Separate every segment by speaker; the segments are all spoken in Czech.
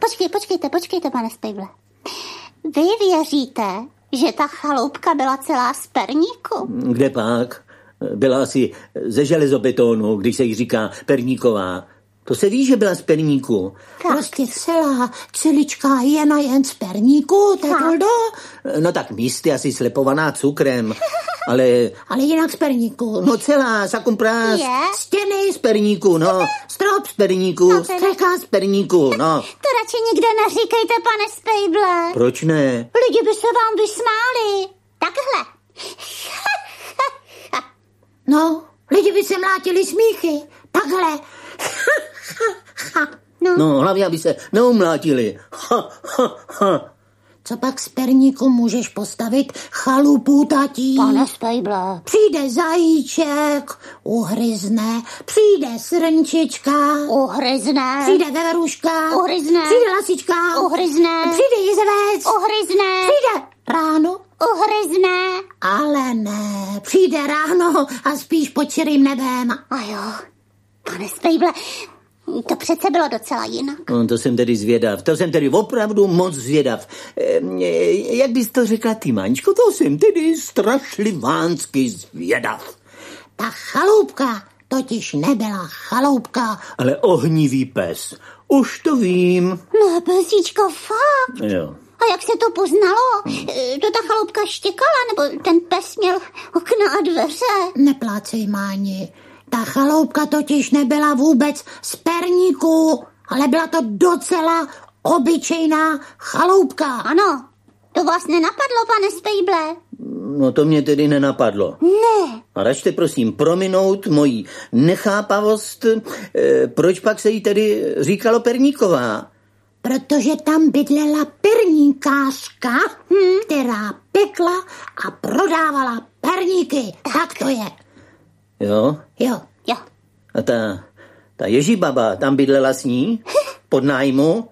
Speaker 1: počkej, počkejte, počkejte, pane Spejble. Vy věříte, že ta chaloupka byla celá z perníku?
Speaker 2: Kde pak? Byla asi ze železobetonu, když se jí říká perníková. To se ví, že byla z perníku.
Speaker 1: Tak.
Speaker 3: Prostě celá celička jena jen z perníku, tak
Speaker 1: Tak.
Speaker 3: Oldo,
Speaker 2: No tak místy asi slepovaná cukrem, ale...
Speaker 3: ale jinak z perníku.
Speaker 2: No celá, sakum prás.
Speaker 1: Je?
Speaker 2: Stěny z perníku, no. Strop z perníku,
Speaker 1: No teda.
Speaker 2: střecha z perníku, no.
Speaker 1: To radši nikde neříkejte, pane Spejble.
Speaker 2: Proč ne?
Speaker 1: Lidi by se vám vysmáli. Takhle.
Speaker 3: No, lidi by se mlátili smíchy, takhle.
Speaker 2: No, hlavně, aby se neumlátili. Ha, ha, ha.
Speaker 3: Co pak z perníku můžeš postavit chalupu tatí?
Speaker 1: Pane Spejble.
Speaker 3: Přijde zajíček, uhryzne, přijde srnčička,
Speaker 1: Uhryzne.
Speaker 3: přijde veveruška,
Speaker 1: Uhryzne.
Speaker 3: přijde lasička,
Speaker 1: Uhryzne. Oh.
Speaker 3: přijde jizvec,
Speaker 1: Uhryzne.
Speaker 3: přijde ráno,
Speaker 1: Uhryzne.
Speaker 3: ale ne, přijde ráno a spíš pod širým nebem.
Speaker 1: A jo, pane Spejble, to přece bylo docela jinak.
Speaker 2: No, to jsem tedy zvědav. To jsem tedy opravdu moc zvědav. Ehm, E, jak bys to řekla ty, Maňčko? To jsem tedy strašlivánsky zvědav.
Speaker 3: Ta chaloupka totiž nebyla chaloupka,
Speaker 2: Ale ohnivý pes. Už to vím.
Speaker 1: No, pesíčko, fakt.
Speaker 2: Jo.
Speaker 1: A jak se to poznalo? E, To ta chaloupka štěkala, nebo ten pes měl okna a dveře?
Speaker 3: Neplácej, Máni. Ta chaloupka totiž nebyla vůbec z perníku, ale byla to docela obyčejná chaloupka.
Speaker 1: Ano, to vás nenapadlo, pane Spejble?
Speaker 2: No to mě tedy nenapadlo.
Speaker 1: Ne,
Speaker 2: A račte prosím prominout moji nechápavost, e, proč pak se jí tedy říkalo Perníková?
Speaker 3: Protože tam bydlela perníkářka, hm, která pekla a prodávala perníky. Tak. tak to je.
Speaker 2: Jo?
Speaker 3: Jo,
Speaker 1: jo.
Speaker 2: A ta, ta Ježibaba tam bydlela s ní? Pod nájmu?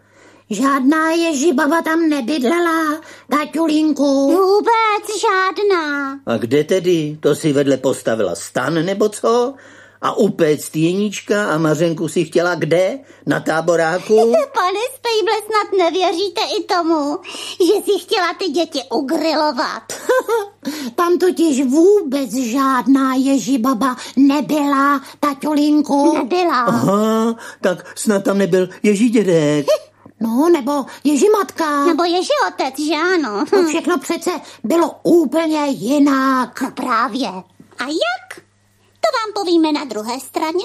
Speaker 3: žádná ježibaba tam nebydlela, taťulínku.
Speaker 1: Vůbec žádná.
Speaker 2: A kde tedy? To si vedle postavila stan nebo co? A upéct Jeníčka a Mařenku si chtěla kde? Na táboráku?
Speaker 1: Pane Spejble, snad nevěříte i tomu, že si chtěla ty děti ugrilovat.
Speaker 3: Tam totiž vůbec žádná ježibaba nebyla, taťulínku.
Speaker 1: Nebyla.
Speaker 2: Aha, tak snad tam nebyl Ježídědek.
Speaker 3: No, nebo ježimatka.
Speaker 1: Nebo ježi otec, že ano? Hm.
Speaker 3: To všechno přece bylo úplně jinak.
Speaker 1: No právě. A jak? To vám povíme na druhé straně.